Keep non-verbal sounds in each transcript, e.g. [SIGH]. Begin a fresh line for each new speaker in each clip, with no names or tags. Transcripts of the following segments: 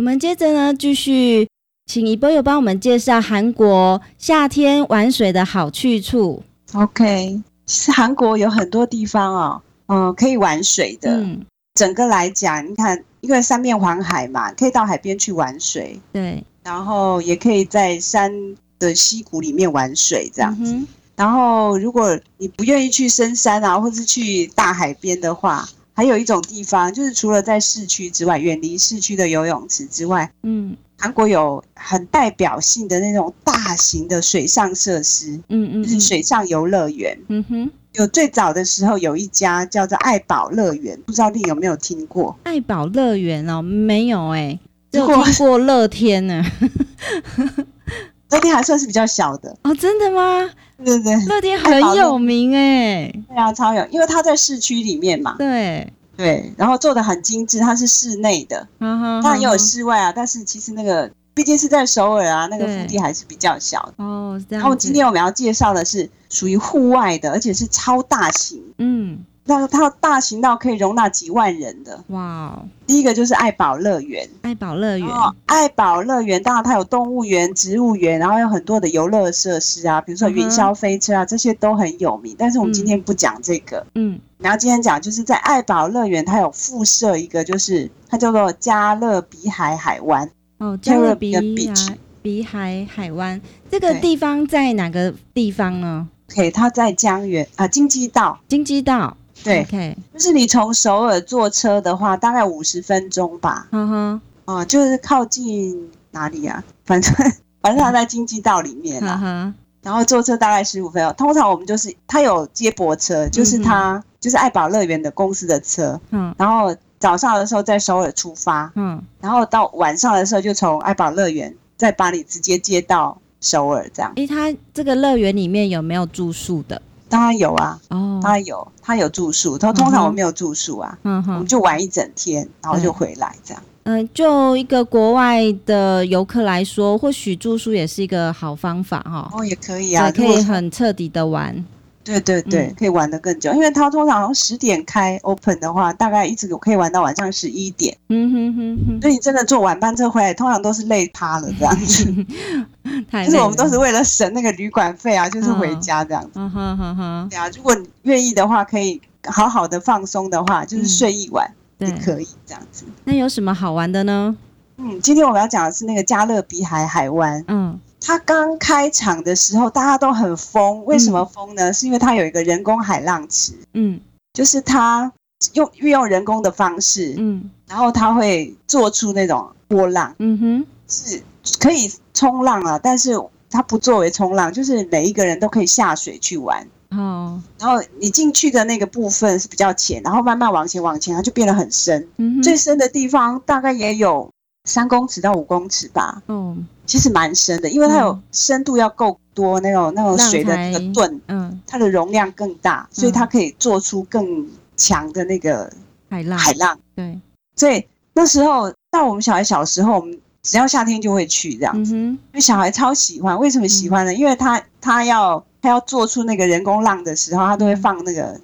们接着呢，继续请一波友帮我们介绍韩国夏天玩水的好去处。
OK，其实韩国有很多地方哦，嗯、可以玩水的。
嗯，
整个来讲，你看，因为三面环海嘛，可以到海边去玩水，
对，
然后也可以在山的溪谷里面玩水这样。
嗯哼
然后，如果你不愿意去深山啊，或是去大海边的话，还有一种地方，就是除了在市区之外，远离市区的游泳池之外，
嗯
韩国有很代表性的那种大型的水上设施，
嗯嗯，
就是
嗯，
水上游乐园。
嗯哼，
有最早的时候有一家叫做爱宝乐园，不知道你有没有听过？
爱宝乐园哦，没有
[LAUGHS]
哎、只有
如果
听过乐天呢。 [LAUGHS]
那天还算是比较小的，
哦，真的吗？
对对对，
乐天很有名哎、
对啊，超有，因为它在市区里面嘛，
对，
对，然后做的很精致，它是室内的，
哈哈，
当然也有
哈哈
室外啊，但是其实那个毕竟是在首尔啊，那个
对
腹地还是比较小的。
哦，是这样子。
然后今天我们要介绍的是属于户外的，而且是超大型，
嗯，
那它大型到可以容纳几万人的。
哇哦，
第一个就是爱宝乐园，
爱宝乐园，
哦，爱宝乐园当然它有动物园、植物园，然后有很多的游乐设施啊，比如说
嗯
云
哼
霄飞车啊，这些都很有名。但是我们今天不讲这个，
嗯
然后今天讲就是在爱宝乐园，它有附设一个，就是它叫做加勒比海海湾。
哦，加勒比
Caribbean
亚
Beach
比海海湾这个
对
地方在哪个地方呢？
OK，它在江原啊金鸡道，
金鸡岛。
对，
，OK，
就是你从首尔坐车的话，大概五十分钟吧，
哈哈，
啊、就是靠近哪里啊？反正反正它在金鸡道里面
哈
啦，
哈，
然后坐车大概十五分钟。通常我们就是它有接驳车，就是它、就是爱宝乐园的公司的车，
嗯
然后早上的时候在首尔出发，
嗯，
然后到晚上的时候就从爱宝乐园再把你直接接到首尔这样。
诶，它这个乐园里面有没有住宿的？
当然有啊，
哦，
当然有，它有住宿，它
嗯
通
哼
常我没有住宿啊。
嗯
我
哼
们，就玩一整天，然后就回来这样。
嗯、就一个国外的游客来说，或许住宿也是一个好方法哈、
哦，也可以啊，
对，可
如
以
果
很彻底的玩。
对对对，
嗯
可以玩得更久，因为它通常十点开 open 的话，大概一直可以玩到晚上十一点。
嗯哼哼
所以你真的坐晚班车回来，通常都是累趴了这样子。
哼，太
就
[LAUGHS]
是
累
我们都
了
是为了省那个旅馆费啊，就是回家这样子。
嗯哼哼哼，
对啊，如果你愿意的话，可以好好的放松的话，就是睡一晚也
嗯对。
可以这样子。
那有什么好玩的呢？
嗯，今天我们要讲的是那个加勒比海海湾。
嗯
它刚开场的时候，大家都很疯。为什么疯呢？是因为它有一个人工海浪池，
嗯
就是它用运用人工的方式，
嗯
然后它会做出那种波浪，
嗯哼，
是可以冲浪啊，但是它不作为冲浪，就是每一个人都可以下水去玩。
哦，
然后你进去的那个部分是比较浅，然后慢慢往前往前，它就变得很深。
嗯哼，
最深的地方大概也有三公尺到五公尺吧。
哦，
其实蛮深的，因为它有
嗯
深度要够多，那种那种水的那
浪才
个盾，
嗯，
它的容量更大，所以它可以做出更强的那个
海浪，
海浪。
对，
所以那时候，到我们小孩小时候，我们只要夏天就会去这样，
嗯哼，
因为小孩超喜欢。为什么喜
嗯
欢呢？因为他他要他要做出那个人工浪的时候，他都会
嗯
放那个。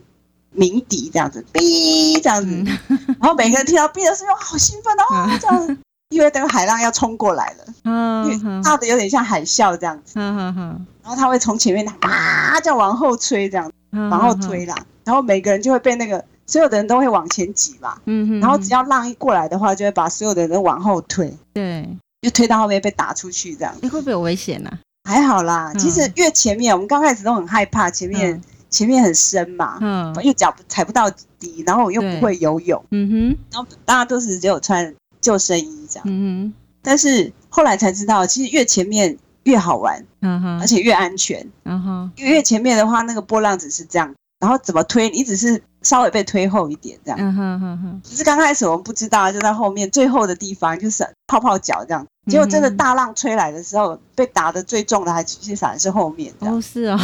鸣笛这样子，哔这样子，
[LAUGHS] 嗯
然后每个人听到哔的时候，哇好兴奋哦，
啊
这样子，因为那个海浪要冲过来了，
啊
因为大的有点像海啸这样子。
哈哈，
然后他会从前面啊这样往后吹，这样往
然
后推，啦，然后每个人就会被那个所有的人都会往前挤嘛，
嗯哼，
然后只要浪一过来的话，就会把所有的人都往后推，
对，
就推到后面被打出去这样。
哎，会不会有危险呢？
还好啦，
嗯
其实越前面我们刚开始都很害怕，前面、前面很深嘛，
嗯
又脚踩不到底，然后我又
对
不会游泳，
嗯哼，
然后大家都是只有穿救生衣这样。
嗯哼，
但是后来才知道，其实越前面越好玩，
哈哈
而，且越安全。
然后，
因为前面的话，那个波浪只是这样，然后怎么推，你只是稍微被推后一点这样。
嗯哼哼哼，
只是刚开始我们不知道，就在后面最后的地方就是泡泡脚这样。结果真
嗯
的大浪吹来的时候，被打的最重的还其实反而是后面这样。
哦，是哦，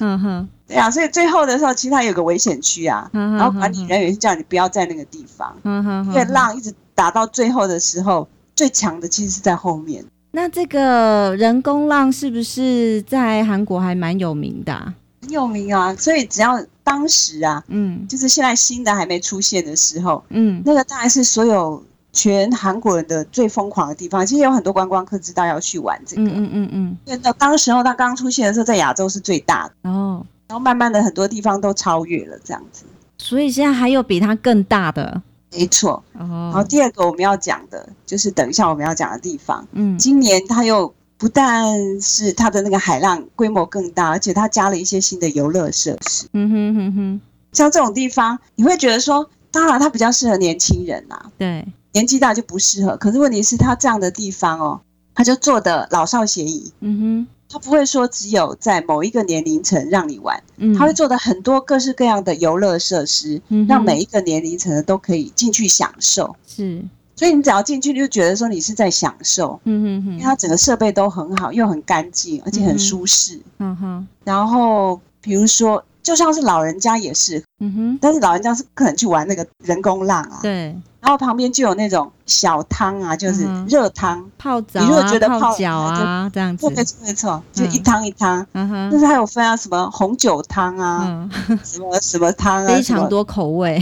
嗯哼，
对啊，所以最后的时候，其实它有个危险区啊，
然
然后管理，人员是叫你不要在那个地方，
嗯哼，
因为浪一直打到最后的时候，最强的其实是在后面。
那这个人工浪是不是在韩国还蛮有名的、啊？
很有名啊，所以只要当时啊，
嗯
就是现在新的还没出现的时候，
嗯
那个当然是所有全韩国人的最疯狂的地方。其实有很多观光客知道要去玩这个，
嗯嗯嗯
因为到当时候它刚出现的时候，在亚洲是最大的，
嗯，哦，
然后慢慢的很多地方都超越了这样子。
所以现在还有比它更大的
没错，然后
哦，
第二个我们要讲的就是等一下我们要讲的地方，
嗯
今年它又不但是它的那个海浪规模更大，而且它加了一些新的游乐设施。
嗯哼哼哼，
像这种地方，你会觉得说，当然它比较适合年轻人啦、
对，
年纪大就不适合。可是问题是，它这样的地方哦，它就做的老少咸宜，
嗯
它不会说只有在某一个年龄层让你玩，
哼，嗯，
它会做的很多各式各样的游乐设施，
嗯哼
让每一个年龄层的都可以进去享受。
是，
所以你只要进去，你就觉得说你是在享受，
嗯哼
因为
哼，
它整个设备都很好，又很干净，而且
嗯
很舒适。
嗯哼，
然后比如说，就像是老人家也是，
嗯哼，
但是老人家是不可能去玩那个人工浪啊。
对，
然后旁边就有那种小汤啊，就是
嗯哼
热汤，
泡澡
你如果
啊
觉得，
泡
泡
脚啊，这样子
错，没错没错，就
嗯
一汤一汤。
嗯哼
但，是还有分啊，什么红酒汤啊，
嗯，
什么什么汤啊，
非
什么
常。多口味，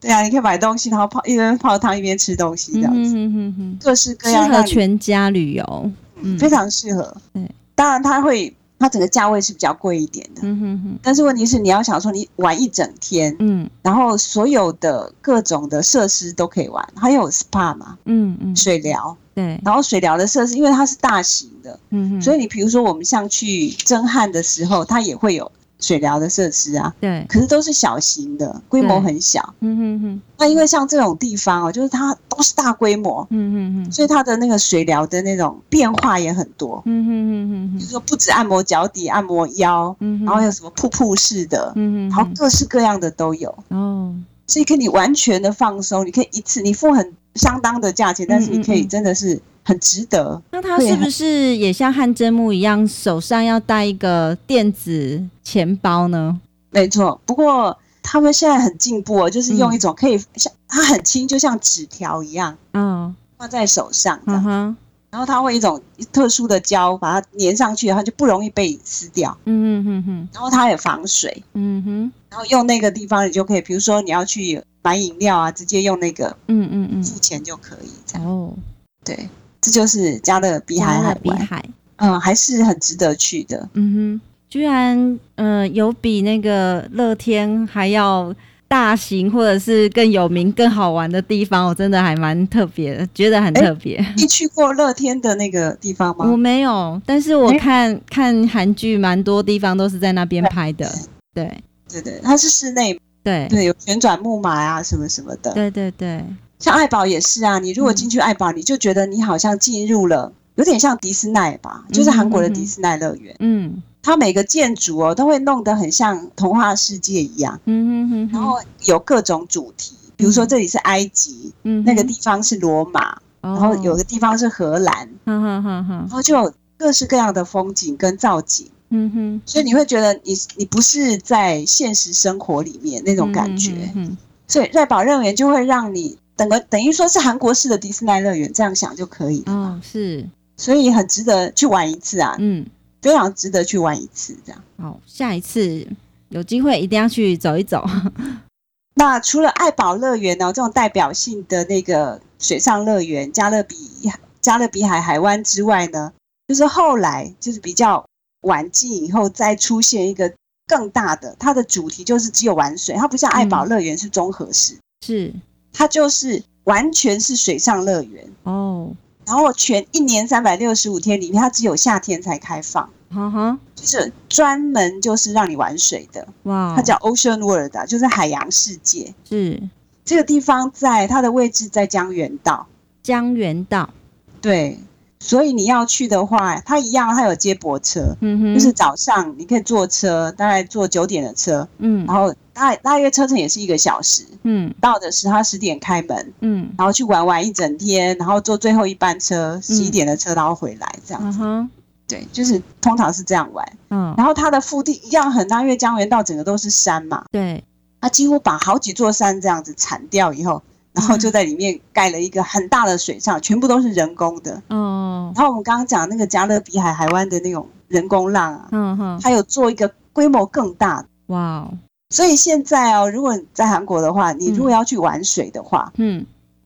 对啊，你可以买东西，然后泡一边泡汤一边吃东西， [LAUGHS] 这
嗯
样
哼
子、
哼哼哼，
各式各
适
样，
合
让你
全家旅游，嗯
非常适合。
对，
当然它会，它整个价位是比较贵一点的。
嗯哼哼，
但是问题是，你要想说你玩一整天，
嗯
然后所有的各种的设施都可以玩，还有 SPA 嘛，
嗯嗯，
水疗，
对，
然后水疗的设施，因为它是大型的，
嗯哼，
所
以
以你比如说我们像去征汉的时候，它也会有水疗的设施啊，
对，
可是都是小型的，规模
对
很小。
嗯哼哼，
那因为像这种地方哦，就是它都是大规模，
嗯哼哼，
所以它的那个水疗的那种变化也很多，
嗯哼哼哼
比如
哼，
说不止按摩脚底、按摩腰，
嗯哼，
然后还有什么瀑布式的，
嗯哼，
然后各式各样的都有，
哼哦，
所以可以你完全的放松，你可以一次你付很相当的价钱，但是你可以
嗯嗯
真的是很值得。
那他
对啊
是不是也像汗蒸木一样，手上要带一个电子钱包呢？
没错，不过他们现在很进步哦，就是
嗯
用一种可以像、它很轻，就像纸条一样
哦，
放在手上
嗯
这样，
哼，
然后它会一种特殊的胶把它粘上去，然后就不容易被撕掉，
嗯哼哼哼，
然后它也防水，
嗯哼，
然后用那个地方你就可以，比如说你要去买饮料啊，直接用那个
嗯嗯
付钱就可以这
嗯，
样。
哦，
对，这就是加勒比海
加勒
海
比
湾，
海，
嗯，还是很值得去的。
嗯哼，居然呃有比那个乐天还要。大型或者是更有名、更好玩的地方，我真的还蛮特别的，觉得很
哎
特别。
你去过乐天的那个地方
我
吗？
没有，但是我
哎
看、看韩剧，蛮多地方都是在那边拍的。对
对对，它是室内，
对
对，有旋转木马啊，什么什么的。
对嗯对对，
像爱宝也是啊，你如果进去爱宝，你就觉得你好像进入了，有点像迪士尼吧，就是韩国的迪士尼乐园。
嗯
它每个建筑哦，都会弄得很像童话世界一样，
嗯哼哼哼，
然后有各种主题，比如说这里是埃及，
嗯哼
那个地方是罗马，然后有
哦
个地方是荷兰，
哈哈哈哈
然，后就有各式各样的风景跟造景，
嗯哼，
所以你会觉得你你不是在现实生活里面那
这
种感觉。
嗯
所以瑞宝乐园就会让你等个等于说是韩国式的迪士尼乐园，这样想就可以了
哦
嘛。
是，
所以很值得去玩一次啊，
嗯，
非常值得去玩一次这样。
好，下一次有机会一定要去走一走。 [LAUGHS]
那除了爱宝乐园呢、这种代表性的那个水上乐园，加勒比加勒比海海湾之外呢，就是后来就是比较晚近以后再出现一个更大的，它的主题就是只有玩水，它不像爱宝
嗯
乐园是综合式，
是
它就是完全是水上乐园。
哦，
然后全一年三百六十五天里面，它只有夏天才开放，
哈哈，
就是专门就是让你玩水的，
哇，
它叫 Ocean World，啊、就是海洋世界。
是
这个地方在它的位置在江原道，
江原道，
对，所以你要去的话，它一样，它有接驳车，
嗯哼，
就是早上你可以坐车，大概坐九点的车，
嗯
然后大大约车程也是一个小时，
嗯
到的时候它十点开门，
嗯，
然后去玩玩一整天，然后坐最后一班车十一点的车，然后回来这样
啊
子，
哈，
对，就是通常是这样玩。
嗯，
然后它的腹地一样很大，因为江原道整个都是山嘛，
对，
它几乎把好几座山这样子铲掉以后，
嗯
然后就在里面盖了一个很大的水上，全部都是人工的。
哦，
然后我们刚刚讲那个加勒比海海湾的那种人工浪啊，
嗯哼，
还有做一个规模更大的。
哇哦，
所以现在哦，如果你在韩国的话，你如果要去玩水的话，
嗯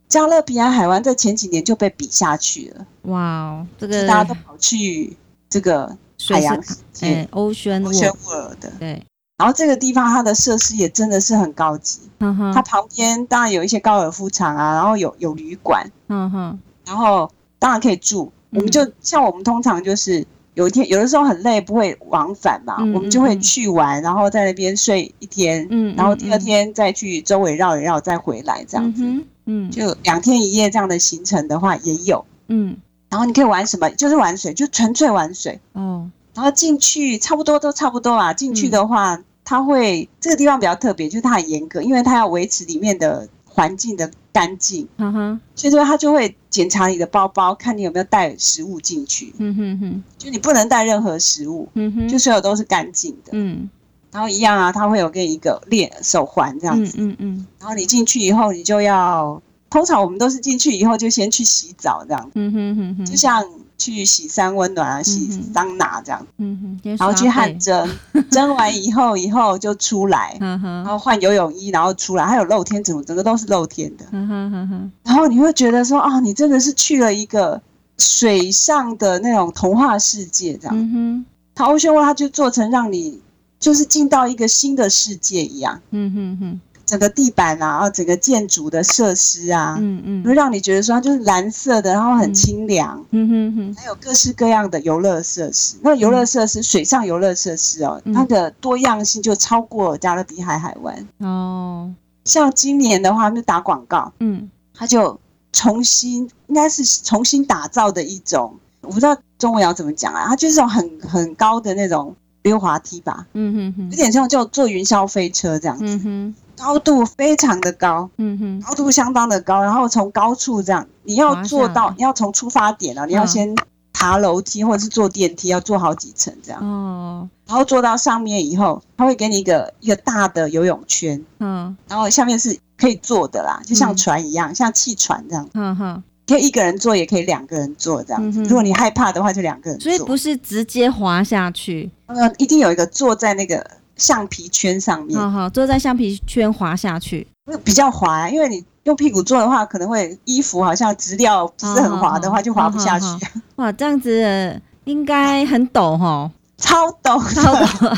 加勒比海海湾在前几年就被比下去了，
哇哦，这
就
个
大家都跑去这个
水
海
是
洋世界
哎 Ocean
欧宣
World，
沃尔的。
对，
然后这个地方它的设施也真的是很高级，
哼哼
它，旁边当然有一些高尔夫场啊，然后有有旅馆，
哼哼，
然后当然可以住。
嗯
我们就像我们通常就是有一天有的时候很累，不会往返嘛，
嗯
我们就会去玩，然后在那边睡一天，
嗯
然后第二天再去周围绕一绕，再回来这样子。
嗯哼嗯
就两天一夜这样的行程的话也有，
嗯，
然后你可以玩什么？就是玩水，就纯粹玩水。
哦，
然后进去差不多都差不多啊。进去
嗯
的话，它会这个地方比较特别，就是它很严格，因为它要维持里面的环境的干净，
哈哈，
所以说它就会检查你的包包，看你有没有带食物进去。
嗯哼哼
就你不能带任何食物，
嗯哼，
就所有都是干净的。
嗯
然后一样啊，它会有给你一个链手环这样
嗯
子。
嗯嗯
然后你进去以后，你就要通常我们都是进去以后就先去洗澡这样，
嗯哼哼哼，
就像去洗三温暖啊、洗
嗯哼
桑拿这样。
嗯嗯哼，先
然后
刷
去汗
背，
蒸， [LAUGHS] 蒸完以后以后就出来，
哈
然
哈，
后换游泳衣，然后出来，还有露天，整个整个都是露天的。
哈哈哈哈，
然后你会觉得说，哦，你真的是去了一个水上的那种童话世界，这样。
嗯哼
它欧暄沃它就做成让你就是进到一个新的世界一样，
嗯哼哼，
整个地板啊，然后整个建筑的设施啊，
嗯嗯
会让你觉得说它就是蓝色的，然后很
嗯
清凉。
嗯哼哼，
还有各式各样的游乐设施。那游乐设施，水上游乐设施哦，
嗯
它的多样性就超过加勒比海海湾。
哦，
像今年的话，他们就打广告，
嗯
它就重新，应该是重新打造的一种，我不知道中文要怎么讲啊，它就是一种很很高的那种溜滑梯吧，
嗯哼
有
哼，
点像就坐云霄飞车这样子，
嗯哼
高度非常的高。
嗯哼，
高度相当的高，然后从高处这样，你要
滑
做
下
到
来，
你要从出发点啊，你要
嗯
先爬楼梯或者是坐电梯，要坐好几层这样，
哦，
然后坐到上面以后，他会给你一个一个大的游泳圈，
嗯
然后下面是可以坐的啦，就像
嗯
船一样，像汽船这样，
哈哈，
可以一个人坐，也可以两个人坐这样子。
嗯嗯哼
如果你害怕的话，就两个人
所以
坐，
不是直接滑下去，
呃，一定有一个坐在那个橡皮圈上面，
好好坐在橡皮圈滑下去，
会比较滑，因为你用屁股坐的话，可能会衣服好像质料不是很滑的话，
嗯
就滑不下去。
嗯嗯哇，这样子呃应该很陡哈，
超陡
超
的，
陡，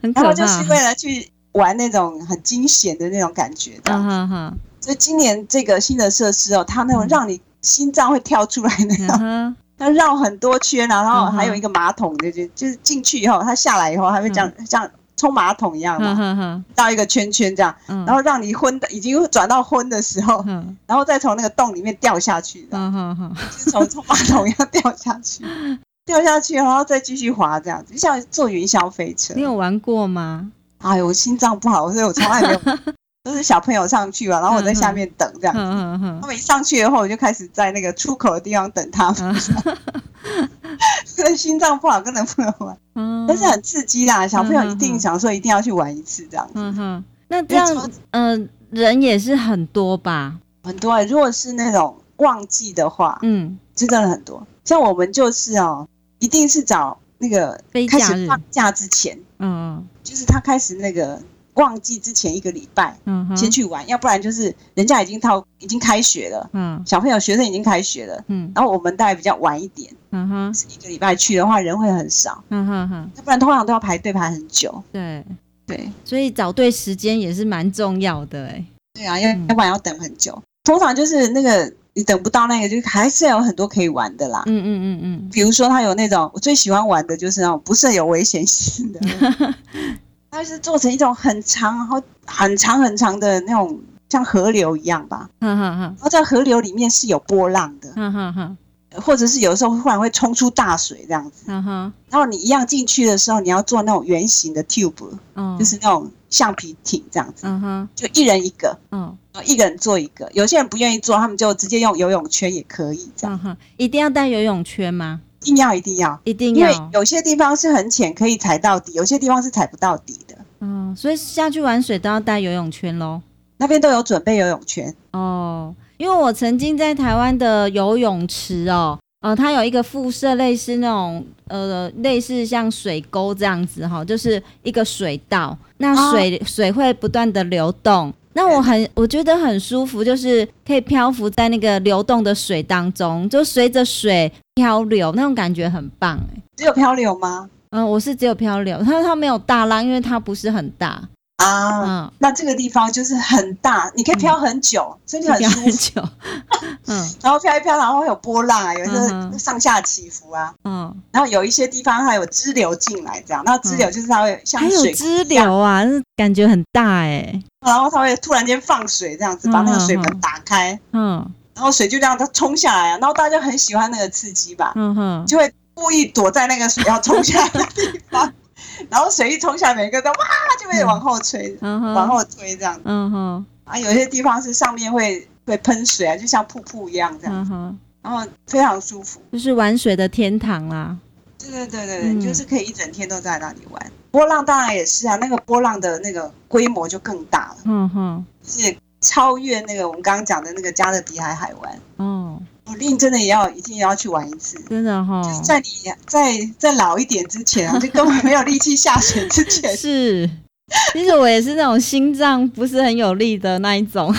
很
然
可
后就是
怕。
为了去玩那种很惊险的那种感觉这
啊
样。
哈哈，
所以今年这个新的设施哦，它那种
嗯
让你心脏会跳出来那
嗯
种，
哼，
它绕很多圈啊，然后
嗯哼
还有一个马桶，就
嗯
就就是进去以后，它下来以后，它会这样这样冲马桶一样
哈
嘛，
哈哈，
绕一个圈圈这样，
嗯，
然后让你昏的已经转到昏的时候，
嗯，
然后再从那个洞里面掉下去的，
哈哈哈，
就是从冲马桶一样掉下
[LAUGHS]
去，掉下去然后再继续滑这样，就像坐云霄飞车。
你有玩过吗？
哎呦，我心脏不好，所以我从
[LAUGHS]
来没有，都是小朋友上去吧，然后我在下面等这样。
嗯嗯嗯
他们一上去以后，我就开始在那个出口的地方等他们，
[LAUGHS] 嗯
所以心脏不好，根本不能玩，
嗯，
但是很刺激啦。小朋友
嗯
一
嗯
定
嗯
想说一定要去玩一次这样
嗯
子，
哼，那这
因为
样
超
嗯、人也是很多吧？
很多、欸。如果是那种旺季的话，
嗯，
真的很多。像我们就是哦，一定是找那个
非
开
假
始
日，
放假之前，
嗯
就是他开始那个旺季之前一个礼拜
嗯哼，
先去玩，要不然就是人家已经到已经开学了。
嗯
小朋友、学生已经开学了，
嗯
然后我们大概比较晚一点，
嗯哼
一个礼拜去的话人会很少，
嗯哼哼，
要不然通常都要排队排很久。
对，
对，
所以找对时间也是蛮重要的哎、
对啊，要
嗯
要不然要等很久。通常就是那个你等不到那个，就还是有很多可以玩的啦。
嗯嗯嗯 [LAUGHS]
比如说，它有那种我最喜欢玩的就是那种不是有危险性的，
嗯
它是做成一种很长，然后很长很长的那种像河流一样吧。
嗯，哈嗯哈哈
然后在河流里面是有波浪的，
哈哈哈
或者是有的时候忽然会冲出大水这样子。
哈哈，
然后你一样进去的时候，你要做那种圆形的 tube，、
哦，
就是那种橡皮艇这样子，
嗯哼，
就一人一个，
哦，
然后一个人做一个。有些人不愿意做，他们就直接用游泳圈也可以这样，
嗯哼，一定要带游泳圈吗？
一定要一定要，
一定
因为
要，
有些地方是很浅可以踩到底，有些地方是踩不到底的。
嗯，所以下去玩水都要带游泳圈喽。
那边都有准备游泳圈，
哦，因为我曾经在台湾的游泳池哦，呃，它有一个附设类似那种呃，类似像水
哦
沟这样子哈、就是一个水道，那水、水会不断的流动，那我很我觉得很舒服，就是可以漂浮在那个流动的水当中，就随着水漂流，那种感觉很棒、欸。
只有漂流吗？
嗯，我是只有漂流，它它没有大浪，因为它不是很大。
啊，
嗯，
那这个地方就是很大，你可以漂很久，所以你很
漂
舒
很
服。
久。 [LAUGHS] 嗯
然后漂一漂，然后会有波浪啊，有
嗯
的
哼
上下起伏啊，
嗯，
然后有一些地方还有支流进来，这样，那支流就是它会像
嗯还有
水，
支流啊，那感觉很大哎、
然后它会突然间放水，这样子
嗯
把那个水
嗯嗯
门打开，
嗯
然后水就这样它冲下来啊，然后大家很喜欢那个刺激吧，
嗯哼，
就会故意躲在那个水要冲下来的地
[LAUGHS]
方，然后水一冲下来，每个人都哇就会往后吹，
嗯
往
哼，
后推这样子
嗯哼，
啊，有些地方是上面会会喷水啊，就像瀑布一样这样，
嗯哼，
然后非常舒服。
就是玩水的天堂啦。
对对对对对，
嗯
就是可以一整天都在那里玩。波浪当然也是啊，那个波浪的那个规模就更大了，
嗯哼，
就是超越那个我们刚刚讲的那个加勒比海海湾。
哦，
我令真的也要一定要去玩一次，
真的哈、
就是在你在在老一点之前啊，就根本没有力气下水之
[LAUGHS]
前，
是。其实我也是那种心脏不是很有力的那一
[LAUGHS]
种，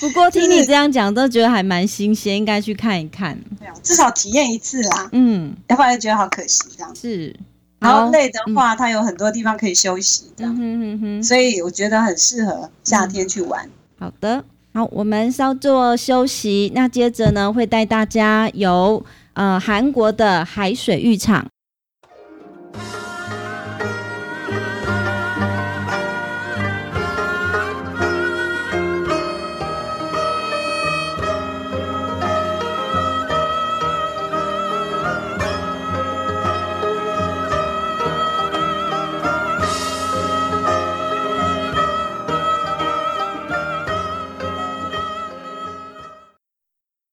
不过听你这样讲，都觉得还蛮新鲜，应该去看一看。
对啊至少体验一次啦，
嗯，
要不然就觉得好可惜这样。
是。
然
好
后，累的话，它有很多地方可以休息这
嗯
样，
哼哼哼，嗯
所以我觉得很适合夏天去玩。
好的，好，我们稍作休息。那接着呢，会带大家游呃韩国的海水浴场。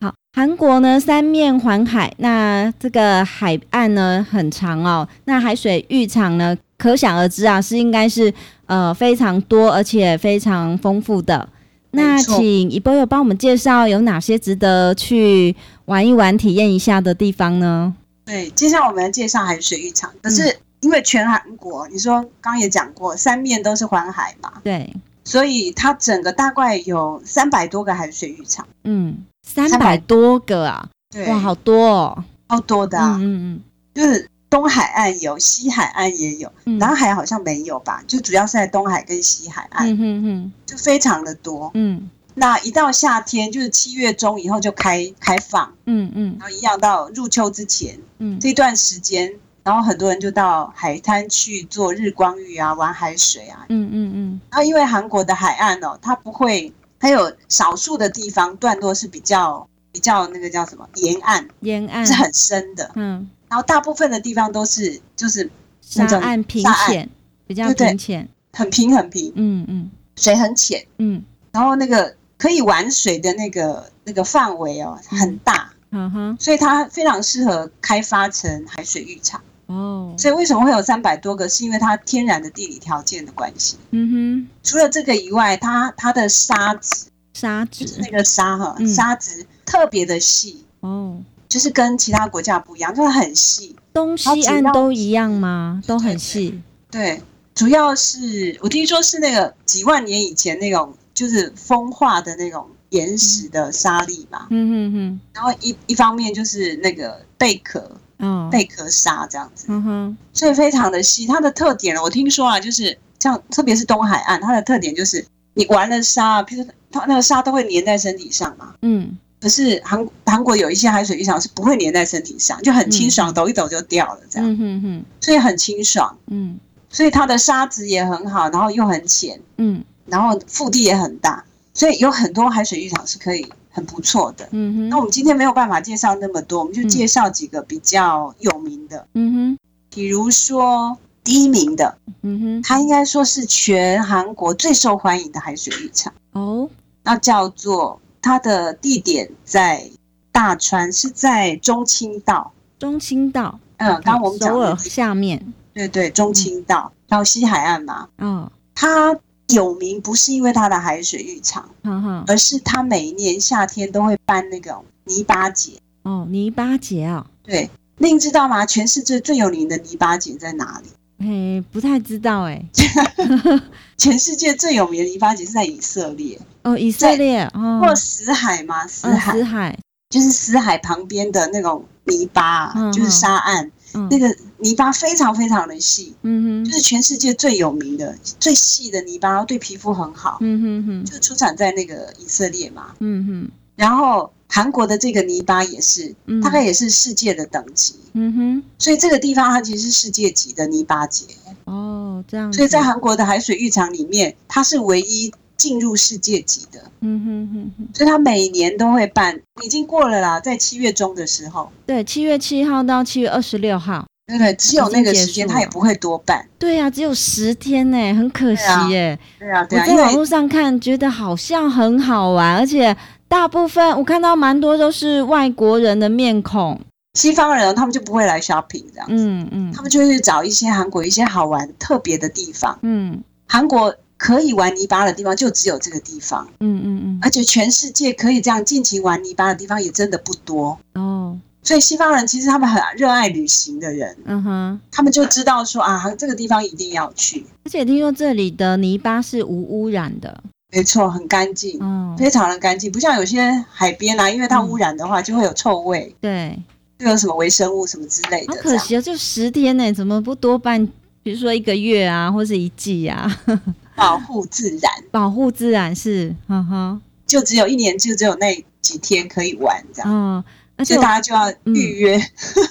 好，韩国呢三面环海，那这个海岸呢很长哦，那海水浴场呢，可想而知啊，是应该是呃非常多而且非常丰富的。那
没错
请一波友帮我们介绍有哪些值得去玩一玩、体验一下的地方呢？
对，接下来我们来介绍海水浴场。可是
嗯
因为全韩国，你说刚刚也讲过，三面都是环海嘛，
对，
所以它整个大概有三百多个海水浴场。
嗯，三百
300
多个啊，
对，
哇，好多哦。
超多的、啊，
嗯
就是东海岸有，西海岸也有，
嗯嗯，
南海好像没有吧？就主要是在东海跟西海岸，
嗯哼哼，
就非常的多。
嗯
那一到夏天，就是七月中以后就开开放，
嗯嗯
然后一样到入秋之前
嗯
这段时间。然后很多人就到海滩去做日光浴啊，玩海水啊，
嗯嗯嗯，
然后因为韩国的海岸哦，它不会，它有少数的地方段落是比较比较那个叫什么沿岸
沿岸
是很深的，
嗯。
然后大部分的地方都是就是
沙
那种
岸平
沙岸
浅，比较
对对
平浅。
很平很平，
嗯嗯
水很浅，
嗯，
然后那个可以玩水的那个那个范围哦很大，
嗯哼，
所以它非常适合开发成海水浴场。
哦，
所以为什么会有三百多个？是因为它天然的地理条件的关系。
嗯哼，
除了这个以外，它它的沙子
沙
就是
子
那，个沙哈，
嗯
沙子特别的细，
哦，
就是跟其他国家不一样，就是很细。
东
它
西
主
岸
要
都一样吗？都
对
很
对
细。
对，主要是我听说是那个几万年以前那种就是风化的那种岩石的沙粒嘛，
嗯
然后一一方面就是那个贝壳
哼哼，哦，
贝壳沙这样子，
嗯哼，
所以非常的细。它的特点呢，我听说啊，就是像特别是东海岸，它的特点就是你玩了沙，譬如说它那个沙都会粘在身体上嘛。
嗯，
可是韩韩国有一些海水浴场是不会粘在身体上，就很清爽，抖一抖就掉了这样，
嗯哼哼，
所以很清爽。
嗯
所以它的沙子也很好，然后又很浅，
嗯
然后腹地也很大，所以有很多海水浴场是可以很不错的。
嗯
那我
哼，
们今天没有办法介绍那么多，我们就
嗯
介绍几个比较有名的，
嗯
比如说第一名的，
哼，嗯哼，
它应该说是全韩国最受欢迎的海水浴场，
哦，
那叫做它的地点在大川，是在中青道。
中青岛，
嗯，刚刚我们讲
首
的
尔，下面，
对对，中青道，然后西海岸嘛，
哦，
它有名不是因为它的海水浴场，
哈哈，
而是它每一年夏天都会办那种泥巴节。
哦，泥巴节啊，
对，那你知道吗？全世界最有名的泥巴节在哪里？
嘿，不太知道
[LAUGHS]
哎、
全世界最有名的泥巴节是在以色列，
哦，以色列哦，
或死海吗？死
嗯，
海、
死海，
就是死海旁边的那种泥巴，
嗯
就是沙岸，
嗯
那个泥巴非常非常的细，
嗯
就
哼，
是全世界最有名的、最细的泥巴，然后对皮肤很好，
嗯哼哼，
就出产在那个以色列嘛。
嗯哼，
然后韩国的这个泥巴也是，
嗯
大概也是世界的等级，
嗯
所以这个地方它其实是世界级的泥巴节。
哼，哦，这样子，
所以在韩国的海水浴场里面，它是唯一进入世界级的，
嗯哼哼哼，
所以它每年都会办，已经过了啦，在七月中的时候，
对，七月七号到七月二十六号，
对不对？只有那个时间，
已经结束了
它也不会多办。
对呀、只有十天呢、很可惜耶、
对啊，
我
对啊，
在
因
网
为
络上看，觉得好像很好玩，而且大部分我看到蛮多都是外国人的面孔，
西方人他们就不会来 shopping 这样子，
嗯嗯
他们就会去找一些韩国一些好玩特别的地方。
嗯
韩国可以玩泥巴的地方就只有这个地方，
嗯嗯
而且全世界可以这样尽情玩泥巴的地方也真的不多。
嗯，哦，
所以西方人其实他们很热爱旅行的人，
嗯哼。
他们就知道说啊，这个地方一定要去，
而且听说这里的泥巴是无污染的，
没错，很干净，
哦，
非常的干净，不像有些海边啊，因为
嗯
它污染的话就会有臭味，
对，
就有什么微生物什么之类
好
的。
可
这样
惜啊，就十天呢，怎么不多办？比如说一个月啊，或是一季啊， [LAUGHS]
保护自然，
保护自然是，哈哈，
就只有一年，就只有那几天可以玩这样。
哦，而且
所以
我
大家就要
嗯
预约、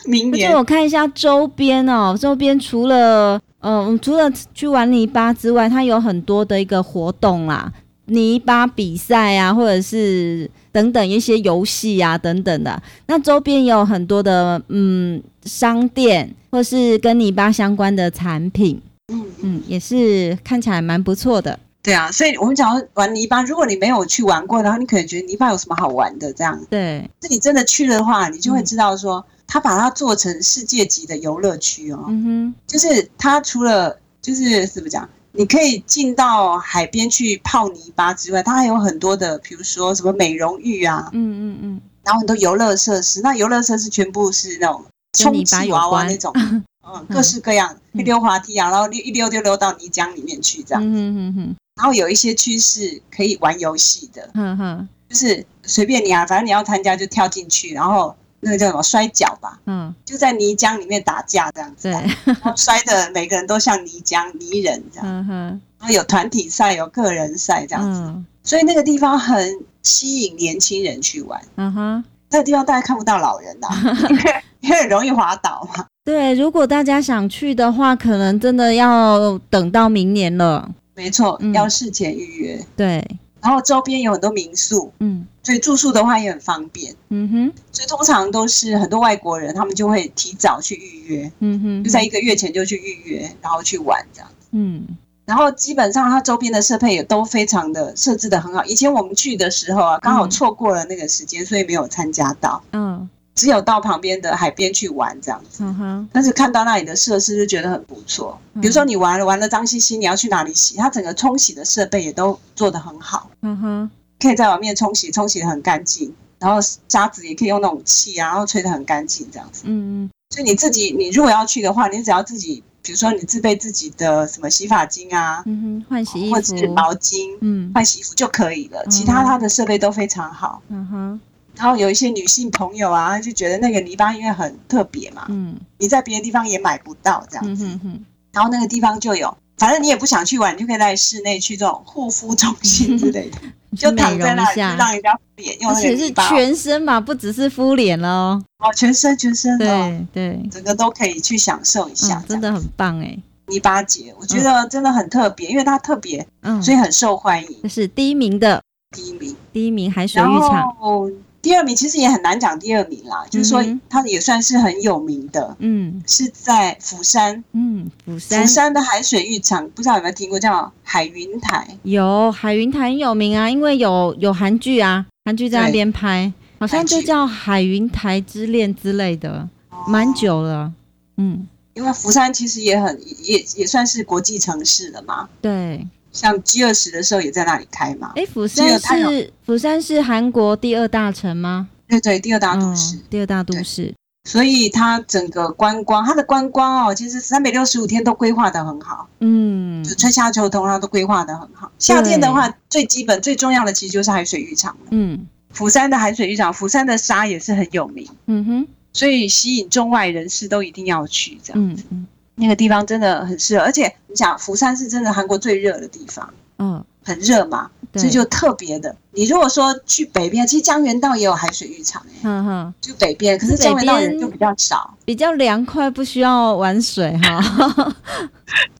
明
而且
年
我看一下周边哦，周边除了嗯、呃除了去玩泥巴之外，它有很多的一个活动啦，泥巴比赛啊，或者是等等一些游戏啊等等的。那周边也有很多的嗯商店，或是跟泥巴相关的产品，
嗯
嗯，也是看起来蛮不错的。
对啊，所以我们讲到玩泥巴，如果你没有去玩过，然后你可能觉得泥巴有什么好玩的这样，
对，
那你真的去了的话，你
嗯
就会知道说，他把它做成世界级的游乐区哦，
嗯
就是它除了就是怎么讲，你可以进到海边去泡泥巴之外，它还有很多的，比如说什么美容浴啊
哼，，嗯嗯嗯，
然后很多游乐设施，那游乐设施全部是那种
跟
充
泥巴
气
有
娃娃
关
那
[LAUGHS]
种，嗯，各式各样，
嗯
溜滑梯啊，然后溜一溜就溜到泥浆里面去这样。
嗯哼哼哼，
然后有一些区是可以玩游戏的，
哼哼，
就是随便你啊，反正你要参加就跳进去，然后那个叫什么摔跤吧，
嗯，
就在泥浆里面打架这样子
对
啊、，然后摔的每个人都像泥浆泥人这样，
嗯哼，
然后有团体赛，有个人赛这样子，
嗯，
所以那个地方很吸引年轻人去玩。
嗯哼。
那个地方大概看不到老
[LAUGHS]
人啦、因为因为很容易滑倒嘛。
对，如果大家想去的话，可能真的要等到明年了。
没错
嗯，
要事前预约。
对，
然后周边有很多民宿，
嗯
所以住宿的话也很方便。
嗯哼，
所以通常都是很多外国人，他们就会提早去预约，
嗯哼，
就在一个月前就去预约，然后去玩这样。
嗯
然后基本上它周边的设备也都非常的设置的很好。以前我们去的时候啊，刚好错过了那个时间，所以没有参加到，
嗯
只有到旁边的海边去玩这样子。
嗯哼，
但是看到那里的设施就觉得很不错，比如说你玩了玩了脏兮兮，你要去哪里洗？它整个冲洗的设备也都做得很好，
嗯哼，
可以在外面冲洗，冲洗得很干净，然后沙子也可以用那种气啊，然后吹得很干净这样子。
嗯嗯
所以你自己，你如果要去的话，你只要自己，比如说你自备自己的什么洗发精啊，
嗯哼，换洗衣
或者是
服，
毛巾、
嗯
换洗衣服就可以了。
嗯
其他它的设备都非常好。
嗯哼，
然后有一些女性朋友啊，就觉得那个泥巴因为很特别嘛，
嗯
你在别的地方也买不到这样
嗯
子。
哼哼，
然后那个地方就有，反正你也不想去玩，你就可以在室内去这种护肤中心之类的，
[LAUGHS]
就
美
躺在
容
那
一
里，就让
下，
人家敷脸，用
而
那个
且是
泥巴
全身嘛，不只是敷脸喽。
哦，全身全身的，哦
对对，
整个都可以去享受一下
嗯，。
这
真
样
的很嗯棒哎，
泥巴节，我觉得真的很特别，因为它特别，
嗯，
所以很受欢迎
这。是第一名的，
第一名，
第一名海水
然
浴场，
后第二名其实也很难讲第二名啦，就是说
嗯哼
它也算是很有名的，
嗯
是在釜山，
嗯，釜
釜
山
山的海水浴场，不知道有没有听过叫海云台。
有海云台很有名啊，因为有有韩剧啊，韩剧在那边拍，好像就叫《海云台之恋》之类的，蛮久了。嗯，
因为釜山其实也很也也算是国际城市了嘛，
对。
像 G 二十的时候也在那里开嘛，
哎，釜
这
山
个太好
是釜山是韩国第二大城吗？哦
对对，第二大都市，
嗯，第二大都市。
所以它整个观光，它的观光哦，其实三百六十五天都规划得很好，
嗯
就春夏秋冬它都规划得很好。夏天的话，最基本最重要的其实就是海水浴场了。
嗯
釜山的海水浴场，釜山的沙也是很有名，
嗯哼，
所以吸引中外人士都一定要去。这样，
嗯嗯
那个地方真的很适合，而且你想，釜山是真的韩国最热的地方，
哦，
很热嘛，
对，
所以就特别的。你如果说去北边，其实江原道也有海水浴场、欸，
哈哈，
就北边，可是江原道人就比较少，
比较凉快，不需要玩水
[LAUGHS]
哈。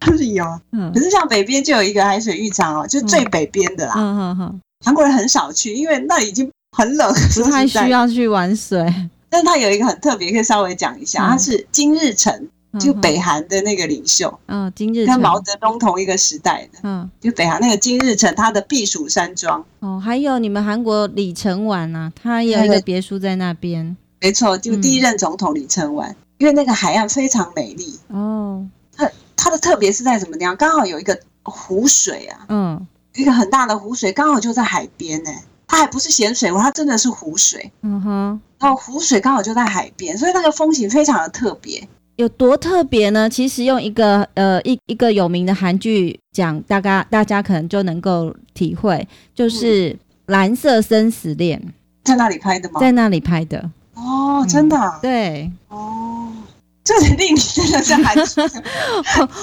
就是有。
嗯
可是啊像北边就有一个海水浴场哦，就最北边的啦。
嗯嗯嗯，
韩国人很少去，因为那里已经很冷，
不
不
太需。要去玩水，
但它有一个很特别，可以稍微讲一下，
嗯
它是金日成，就
嗯
北韩的那个领袖，
嗯，哦今日
跟
成
毛泽东同一个时代的，
嗯
就北韩那个金日成，他的避暑山庄。
哦，还有你们韩国李承晚啊，他也有一
对
个
对
别墅在那边
没错，就第一任总统李承晚，因为那个海岸非常美丽，
哦，
它的特别是在什么地方？刚好有一个湖水啊，
嗯
一个很大的湖水，刚好就在海边呢、它还不是咸水湖，它真的是湖水，
嗯哼。
然后湖水刚好就在海边，所以那个风景非常的特别。
有多特别呢？其实用一个呃一一个有名的韩剧讲，大家大家可能就能够体会，就是《蓝色生死恋》
在那里拍的吗？
在那里拍的。
哦
嗯，
真的、啊
[LAUGHS] 对
哦，这令你真的是韩剧，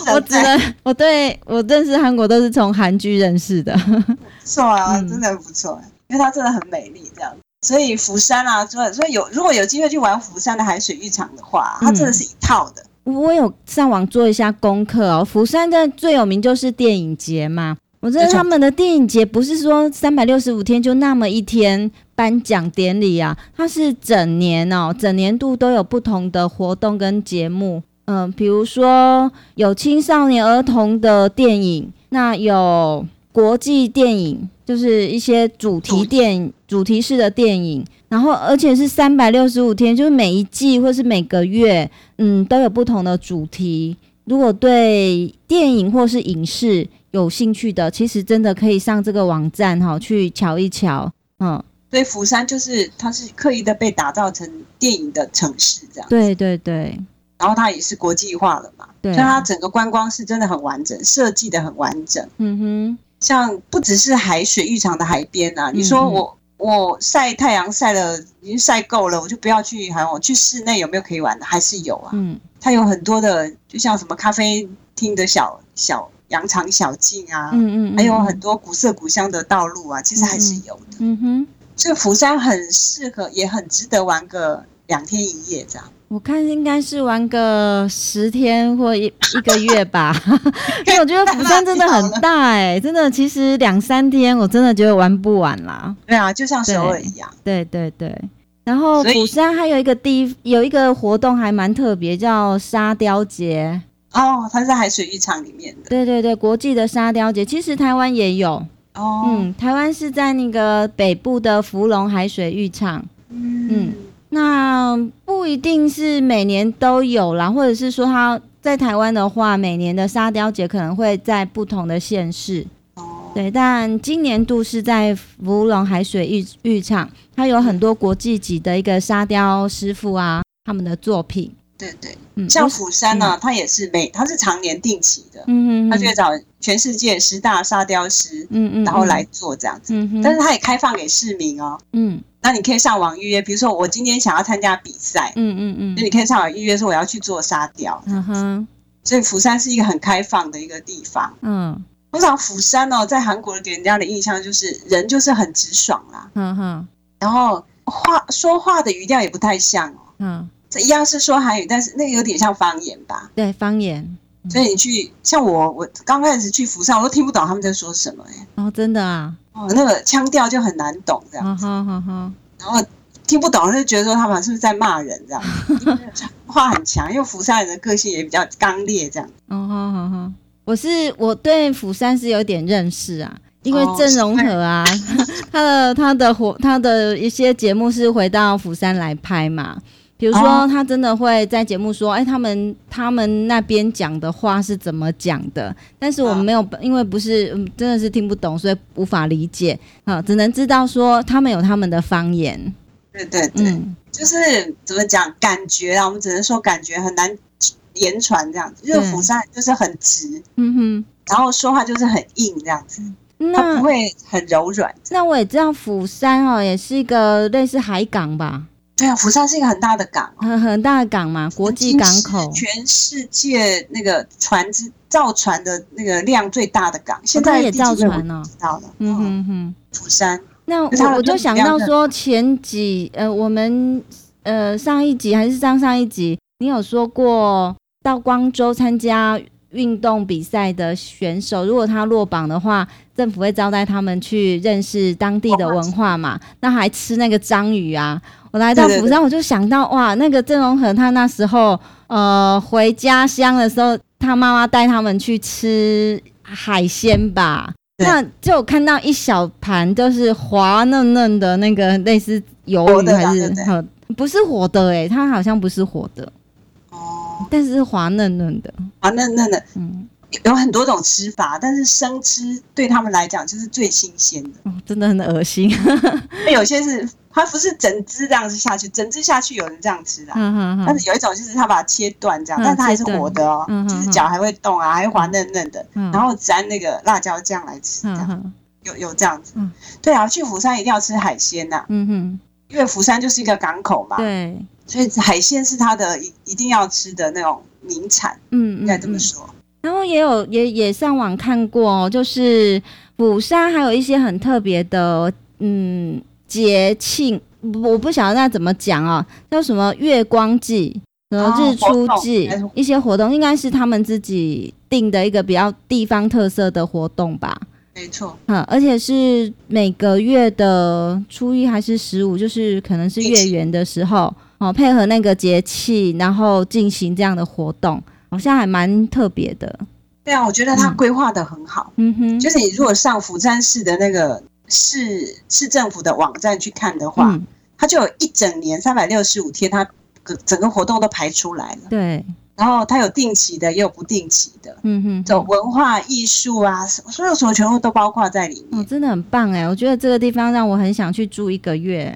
我我只能我对我认识韩国都是从韩剧认识的。
不错啊，
嗯
真的很不错、因为它真的很美丽，这样。所以釜山啊，所以所以有如果有机会去玩釜山的海水浴场的话，
嗯
它真的是一套的。
我有上网做一下功课哦。釜山的最有名就是电影节嘛，我觉得
没错
他们的电影节不是说三百六十五天就那么一天颁奖典礼啊，它是整年哦，整年度都有不同的活动跟节目。嗯，比如说有青少年儿童的电影，那有国际电影，就是一些主题
主
电影、主题式的电影，然后而且是三百六十五天，就是每一季或是每个月，嗯，都有不同的主题。如果对电影或是影视有兴趣的，其实真的可以上这个网站哈、去瞧一瞧。嗯，
所以釜山就是它是刻意的被打造成电影的城市这样，
对对对
然后它也是国际化了嘛，
对啊
所以它整个观光是真的很完整，设计的很完整。
嗯
像不只是海水浴场的海边啊，你说
嗯
我、我晒太阳晒了已经晒够了，我就不要去海我去室内有没有可以玩的？还是有
哼，
啊，
嗯
它有很多的，就像什么咖啡厅的小小羊肠小径啊，
嗯嗯，
还有
嗯
很，多古色古香的道路啊，其实还是有的。
嗯哼，
所以釜山很适合，也很值得玩个两天一夜这样。
我看应该是玩个十天或一一个月
[LAUGHS]
吧，因为我觉得釜山真的很大哎、真的，其实两三天我真的觉得玩不完啦。
对啊，就像首尔一样，
对对对。然后
所以
釜山还有一个地有一个活动还蛮特别，叫沙雕节。
哦，它是在海水浴场里面的
对对对，国际的沙雕节，其实台湾也有。
哦，
嗯，台湾是在那个北部的芙蓉海水浴场。
嗯
那不一定是每年都有啦，或者是说它在台湾的话，每年的沙雕节可能会在不同的县市。
哦，
对，但今年度是在芙蓉海水浴浴场，它有很多国际级的一个沙雕师傅啊，他们的作品。
对对。
嗯，
像
我是
釜山呢、它也是每它是常年定期的，
嗯嗯，
它就会找全世界十大沙雕师，
嗯嗯，
然后来做这样子。
嗯哼，
但是它也开放给市民哦，
嗯
那你可以上网预约，比如说我今天想要参加比赛，
嗯嗯嗯
那你可以上网预约说我要去做沙雕。
嗯哼
所以釜山是一个很开放的一个地方。
嗯
通常釜山哦，在韩国给人家的印象就是人就是很直爽啦，
嗯哼
然后话说话的语调也不太像哦，
嗯，
这一样是说韩语，但是那个有点像方言吧。
对，方言
所以你去像我，我刚开始去釜山，我都听不懂他们在说什么、欸，
哦，真的啊，哦
哦，那个腔调就很难懂这样，
好好好好，
然后听不懂就觉得说他们是不是在骂人
[LAUGHS]
这样，话很强，因为釜山人的个性也比较刚烈这样，
哦好好好，我是我对釜山是有点认识啊。因为
哦
郑
是
容
吗
和啊，他的 [LAUGHS] 他的活他的一些节目是回到釜山来拍嘛，比如说
哦
他真的会在节目说，哎、他们他们那边讲的话是怎么讲的，但是我
嗯
没有，因为不是、嗯、真的是听不懂，所以无法理解啊，只能知道说他们有他们的方言，
对对对，
嗯
就是怎么讲，感觉啊，我们只能说感觉很难言传这样子。就是釜山人就是很直，
嗯
然后说话就是很硬这样子，
哼，
他不
那
会很柔软。
那我也知道釜山哦，也是一个类似海港吧，
对啊，釜山是一个很大的港，
很很大的港嘛，国际港口
曾经。是全世界那个船只造船的那个量最大的港，现
它
在
也
第几
造
位我
船哦
不知道了。
嗯
嗯，
哼哼，
釜山
那
就是它
我
的
我就
论
想
量
到
的
说前几呃，我们呃上一集还是上上一集，你有说过到光州参加运动比赛的选手，如果他落榜的话，政府会招待他们去认识当地的文化嘛？那还吃那个章鱼啊！我来到
对对
釜山，我就想到哇，那个郑容和他那时候呃回家乡的时候，他妈妈带他们去吃海鲜吧。
对
那就有看到一小盘，就是滑嫩嫩的那个类似鱿
活
鱼
的啦
还是
对不对
呃不是活的诶、它好像不是活的，
哦，
但是是滑嫩嫩的，
啊，那那那
嗯，
有很多种吃法，但是生吃对他们来讲就是最新鲜的。
哦、真的很恶
[LAUGHS]
心， [LAUGHS]
那有些是它不是整只这样子下去，整只下去有人这样吃啦。
哈哈哈
但。是有一种就是他把它切断这样，
嗯
但是它还是
切断
活的哦，
嗯
就是
嗯
脚还会动啊，还滑嫩嫩的，
嗯
然后沾那个辣椒酱来吃，这
哈
样
哈，
有有这样子
嗯。
对啊，去釜山一定要吃海鲜呐，
嗯哼，
因为釜山就是一个港口嘛，
对，
所以海鲜是它的一一定要吃的那种名产，
嗯，
应
嗯
该这么
嗯
说。
然后也有也也上网看过哦，就是釜山还有一些很特别的嗯节庆，我我不晓得那怎么讲啊，叫什么月光季、什么
哦
日出
活动
季、
还是
一些活动，应该是他们自己定的一个比较地方特色的活动吧。
没错，
嗯，而且是每个月的初一还是十五，就是可能是月圆的时候，哦，配合那个节气，然后进行这样的活动，好像还蛮特别的。
对啊，我觉得它
嗯
规划的很好。
嗯哼，
就是你如果上釜山市的那个市市政府的网站去看的话，
嗯，
它就有一整年三百六十五天，它个整个活动都排出来了。
对，
然后它有定期的，也有不定期的，
嗯哼，
这种文化艺术啊，所有什么全部都包括在里
哦，
面。
真的很棒哎！我觉得这个地方让我很想去住一个月。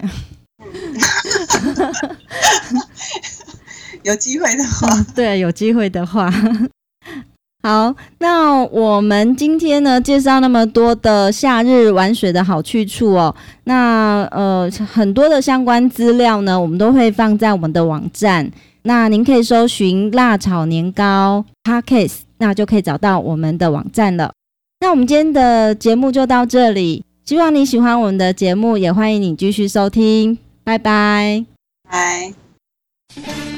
有机会的话，
嗯对，有机会的话。 [LAUGHS] 好，那我们今天呢介绍那么多的夏日玩水的好去处哦，那呃很多的相关资料呢，我们都会放在我们的网站，那您可以搜寻“辣炒年糕 ”Podcast，那就可以找到我们的网站了。那我们今天的节目就到这里，希望你喜欢我们的节目，也欢迎你继续收听，拜拜。
哎。
「